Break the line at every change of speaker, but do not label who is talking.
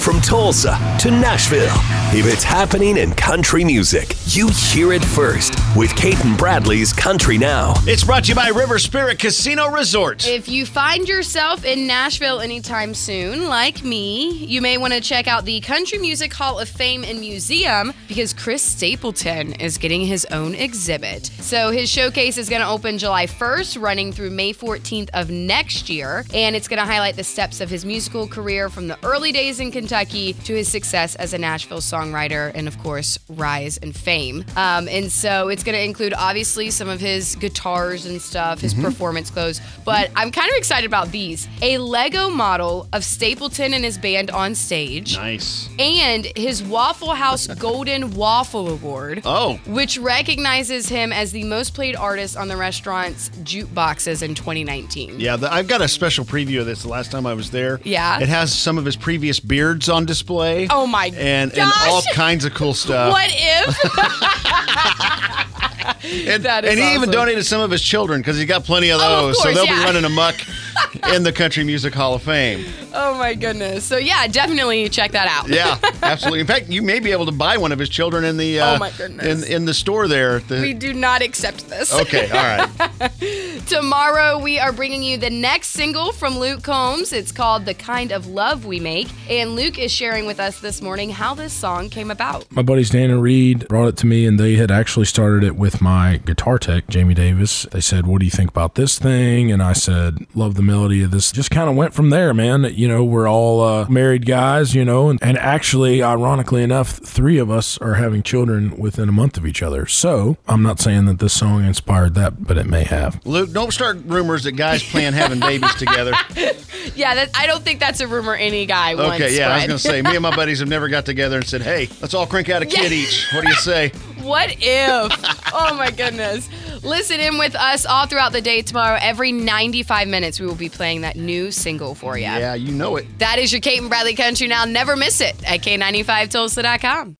From Tulsa to Nashville, if it's happening in country music, you hear it first with Kaiten Bradley's Country Now.
It's brought to you by River Spirit Casino Resort.
If you find yourself in Nashville anytime soon, like me, you may want to check out the Country Music Hall of Fame and Museum because Chris Stapleton is getting his own exhibit. So his showcase is going to open July 1st, running through May 14th of next year, and it's going to highlight the steps of his musical career from the early days in Kentucky to his success as a Nashville songwriter and, of course, rise and fame. Um, and so it's going to include obviously some of his guitars and stuff, his
Mm-hmm.
performance clothes. But I'm kind of excited about these a Lego model of Stapleton and his band on stage,
Nice.
and his Waffle House Golden Waffle Award.
Oh.
Which recognizes him as the most played artist on the restaurant's jukeboxes in 2019.
Yeah, the, I've got a special preview of this the last time I was there.
Yeah.
It has some of his previous beards on display.
Oh my
and,
gosh.
And all kinds of cool stuff.
What if?
And,
That is
and he even
awesome.
donated some of his children because he got plenty of those.
Oh, of
so
course,
they'll be
yeah.
running amok in the Country Music Hall of Fame.
oh my goodness. So, yeah, definitely check that out.
Yeah, absolutely. In fact, you may be able to buy one of his children in the uh,
Oh, my goodness.
in in the store there. The-
We do not accept this.
okay, all right.
Tomorrow, we are bringing you the next single from Luke Combs. It's called The Kind of Love We Make. And Luke is sharing with us this morning how this song came about.
my buddies Dan and Reed brought it to me, and they had actually started it with my guitar tech, Jamie Davis. They said, What do you think about this thing? And I said, Love the melody of this. Just kind of went from there, man. You know, we're all uh, married guys, you know, and, and actually, ironically enough, three of us are having children within a month of each other. So I'm not saying that this song inspired that, but it may have.
Luke, don't start rumors that guys plan having babies together.
Yeah, that, I don't think that's a rumor any guy wants.
Okay, yeah, I was
spread.
gonna say, me and my buddies have never got together and said, "Hey, let's all crank out a kid
Yeah.
each." What do you say?
What if? oh my goodness. Listen in with us all throughout the day tomorrow. Every 95 minutes, we will be playing that new single for you.
Yeah, you know it.
That is your Kate and Bradley Country Now. Never miss it at K95Tulsa.com.